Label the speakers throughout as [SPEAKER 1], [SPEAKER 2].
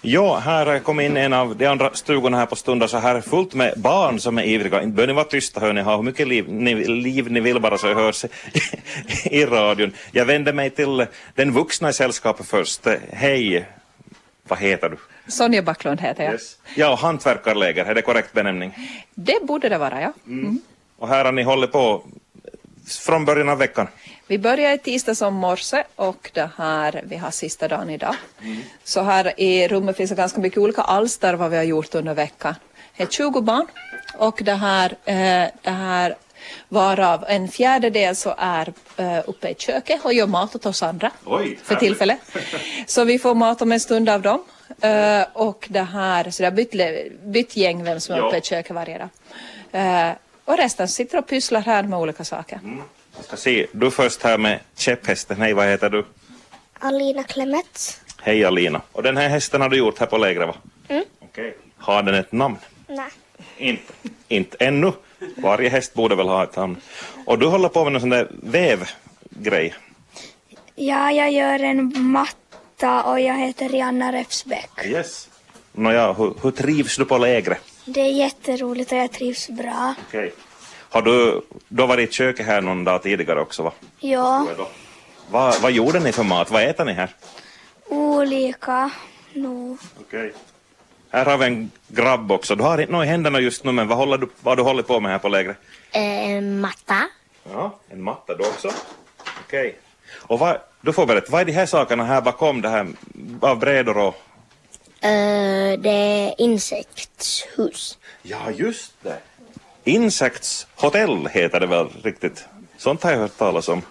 [SPEAKER 1] Ja, här kom in en av de andra stugorna här på stunden så här är fullt med barn som är ivriga. Inte bör ni vara tysta hörni, ha hur mycket liv ni, liv ni vill bara så jag hörs i radion. Jag vänder mig till den vuxna i sällskapet först. Hej, vad heter du?
[SPEAKER 2] Sonja Backlund heter jag.
[SPEAKER 1] Ja, och hantverkarläger, är det korrekt benämning?
[SPEAKER 2] Det borde det vara, ja.
[SPEAKER 1] Och här har ni hållit på från början av veckan.
[SPEAKER 2] Vi började i tisdags om morse och det här, vi har sista dagen idag. Så här i rummet finns det ganska mycket olika alster vad vi har gjort under veckan. Det är 20 barn och det här, eh, det här varav en fjärdedel så är eh, uppe i köket och gör mat åt oss andra
[SPEAKER 1] Oj,
[SPEAKER 2] för tillfället. Så vi får mat om en stund av dem. Eh, och det här, så det har bytt, le- bytt gäng vem som är
[SPEAKER 1] Ja.
[SPEAKER 2] uppe i köket varje dag. Eh, och resten sitter och pysslar här med olika saker.
[SPEAKER 1] Jag ska se, du först här med käpphästen. Hej, vad heter du?
[SPEAKER 3] Alina Clemets.
[SPEAKER 1] Hej Alina. Och den här hästen har du gjort här på lägret va?
[SPEAKER 3] Mm.
[SPEAKER 1] Okej. Har den ett namn?
[SPEAKER 3] Nej.
[SPEAKER 1] Inte. Inte ännu. Varje häst borde väl ha ett namn. Och du håller på med någon sån där vävgrej.
[SPEAKER 3] Ja, jag gör en matta och jag heter Rianna Refsbäck.
[SPEAKER 1] Yes. Nåja, hur, hur trivs du på lägret?
[SPEAKER 3] Det är jätteroligt och jag trivs bra.
[SPEAKER 1] Okej. Har du, du har varit i köket här någon dag tidigare också va?
[SPEAKER 3] Ja,
[SPEAKER 1] Vad, vad gjorde ni för mat? Vad äter ni här?
[SPEAKER 3] olika nog.
[SPEAKER 1] Okej. Här har vi en grabb också. Du har inte något i händerna just nu men vad, håller du, vad har du håller på med här på lägret?
[SPEAKER 4] En Eh, matta.
[SPEAKER 1] Ja, en matta då också. Okej. Och vad, du får berätta, vad är de här sakerna här bakom det här av brädor och...
[SPEAKER 4] Eh, det är insektshus.
[SPEAKER 1] Ja, just det. Insektshotell heter det väl riktigt? Sånt har jag hört talas om.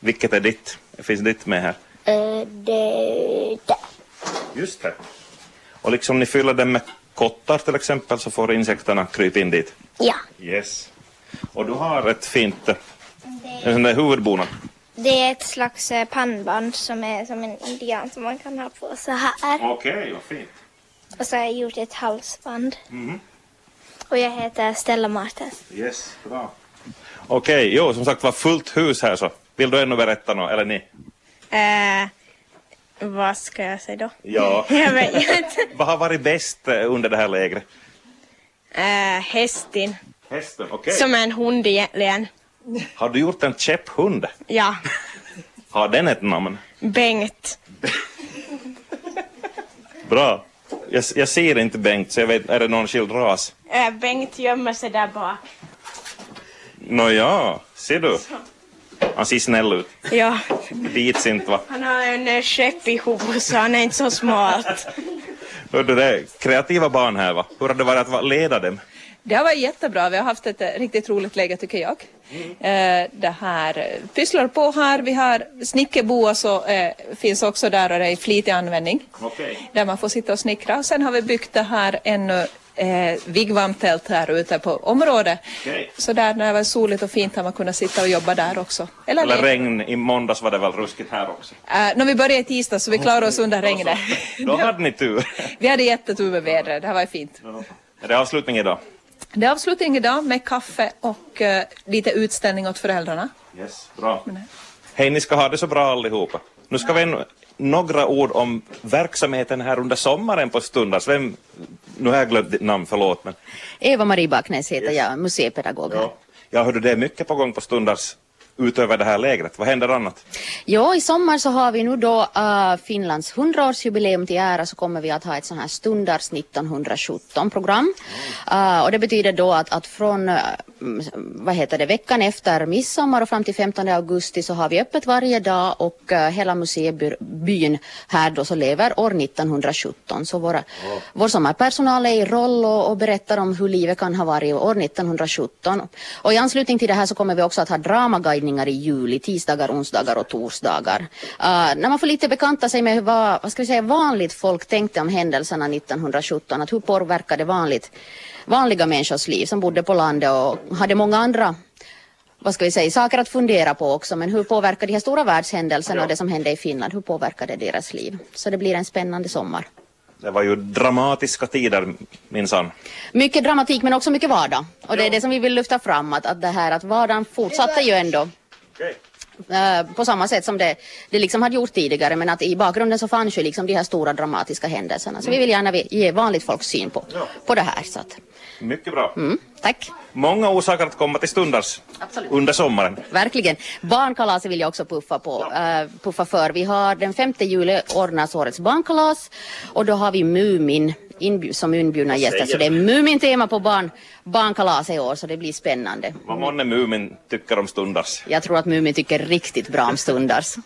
[SPEAKER 1] Vilket är ditt? Finns ditt med här?
[SPEAKER 4] Eh, det, det.
[SPEAKER 1] Just det. Och liksom ni fyller den med kottar till exempel så får insekterna krypa in dit.
[SPEAKER 4] Ja.
[SPEAKER 1] Yes. Och du har ett fint, eh, en sån där huvudbonad.
[SPEAKER 3] Det är ett slags eh, pannband som är som en indian som man kan ha på så här.
[SPEAKER 1] Okej, vad fint.
[SPEAKER 3] Och så har jag gjort ett halsband. Och jag heter Stella Martens.
[SPEAKER 1] Yes, bra. Okej, jo som sagt var fullt hus här så. Vill du ännu berätta något, eller ni?
[SPEAKER 3] Eh, vad ska jag säga då?
[SPEAKER 1] Ja.
[SPEAKER 3] Jag vet inte.
[SPEAKER 1] Vad har varit bäst eh, under det här lägret?
[SPEAKER 3] Eh, hästin,
[SPEAKER 1] Hästen, okej.
[SPEAKER 3] är en hund egentligen.
[SPEAKER 1] Har du gjort en käpphund?
[SPEAKER 3] Ja,
[SPEAKER 1] Har den ett namn?
[SPEAKER 3] Bengt.
[SPEAKER 1] Bra. Jag, jag ser inte Bengt så jag vet, är det någon skild ras?
[SPEAKER 3] Eh, Bengt gömmer sig där bak.
[SPEAKER 1] Nåja, ser du? Han ser snäll ut.
[SPEAKER 3] Ja,
[SPEAKER 1] Bits inte va?
[SPEAKER 3] han har en eh, käpp i huvudet så han är inte så smart.
[SPEAKER 1] Hörde det är kreativa barn här va? Hur har det varit att va- leda dem?
[SPEAKER 2] Det har varit jättebra. Vi har haft ett eh, riktigt roligt läge tycker jag.
[SPEAKER 1] Mm.
[SPEAKER 2] Eh, det här eh, pysslar på här. Vi har snickerboa så eh, finns också där och det är i flitig användning.
[SPEAKER 1] Okej.
[SPEAKER 2] Där man får sitta och snickra. Och sen har vi byggt det här ännu eh, vigvamtält här ute på området.
[SPEAKER 1] Okej.
[SPEAKER 2] Så där när det var soligt och fint har man kunnat sitta och jobba där också. Eller,
[SPEAKER 1] Eller
[SPEAKER 2] leka.
[SPEAKER 1] regn, i måndags var det väl ruskigt här också?
[SPEAKER 2] Eh, när vi började i tisdag så vi klarade oss undan regnet.
[SPEAKER 1] Då hade ni tur.
[SPEAKER 2] Vi hade jättetur med vädret, det här var fint.
[SPEAKER 1] Är det avslutning idag?
[SPEAKER 2] Det är avslutning idag med kaffe och eh, lite utställning åt föräldrarna.
[SPEAKER 1] Yes, bra. Hej, ni ska ha det så bra allihopa. Nu ska vi en, några ord om verksamheten här under sommaren på Stundars. Vem, nu har jag glömt ditt namn, förlåt. Men,
[SPEAKER 5] Eva-Marie Backnäs heter
[SPEAKER 1] Yes.
[SPEAKER 5] jag, museipedagog. här.
[SPEAKER 1] ja. Jag hörde det är mycket på gång på Stundars utöver det här lägret. Vad händer annat?
[SPEAKER 5] Ja, i sommar så har vi nu då äh, Finlands 100-årsjubileum till ära så kommer vi att ha ett sånt här Stundars 1917-program. Äh, och det betyder då att, att från äh, mm, vad heter det, veckan efter midsommar och fram till 15 augusti så har vi öppet varje dag och äh, hela museibyn här då så lever år 1917. Så våra, vår sommarpersonal är i roll och, och berättar om hur livet kan ha varit år 1917. Och i anslutning till det här så kommer vi också att ha dramaguidningar i juli, tisdagar, onsdagar och torsdagar. Ah, när man får lite bekanta sig med vad, vad ska vi säga, vanligt folk tänkte om händelserna 1917, att hur påverkade vanligt, vanliga människors liv som bodde på landet och hade många andra vad ska vi säga, saker att fundera på också, men hur påverkar de här stora världshändelserna och det som hände i Finland, hur påverkade det deras liv? Så det blir en spännande sommar.
[SPEAKER 1] Det var ju dramatiska tider minsann.
[SPEAKER 5] Mycket dramatik men också mycket vardag. Och det är det som vi vill lyfta fram, att, att det här att vardagen fortsatte ju ändå. Eh, på samma sätt som det, det liksom hade gjort tidigare men att i bakgrunden så fanns ju liksom de här stora dramatiska händelserna. Så vi vill gärna vi- ge vanligt folk syn på,
[SPEAKER 1] Ja.
[SPEAKER 5] på det här. Så att,
[SPEAKER 1] Mycket bra.
[SPEAKER 5] mm, tack.
[SPEAKER 1] Många orsaker att komma till stundars
[SPEAKER 5] Absolut.
[SPEAKER 1] under sommaren.
[SPEAKER 5] Mm. Verkligen. Barnkalaset vill jag också puffa, på, eh, puffa för. Vi har den 5 juli ordnas årets barnkalas och då har vi Mumin inbju- som inbjudna gäster.
[SPEAKER 1] säger
[SPEAKER 5] Så det är Mumin-tema på barn, barnkalaset i år så det blir spännande.
[SPEAKER 1] Vad månne Mumin tycker om stundars.
[SPEAKER 5] Jag tror att Mumin tycker riktigt bra om stundars.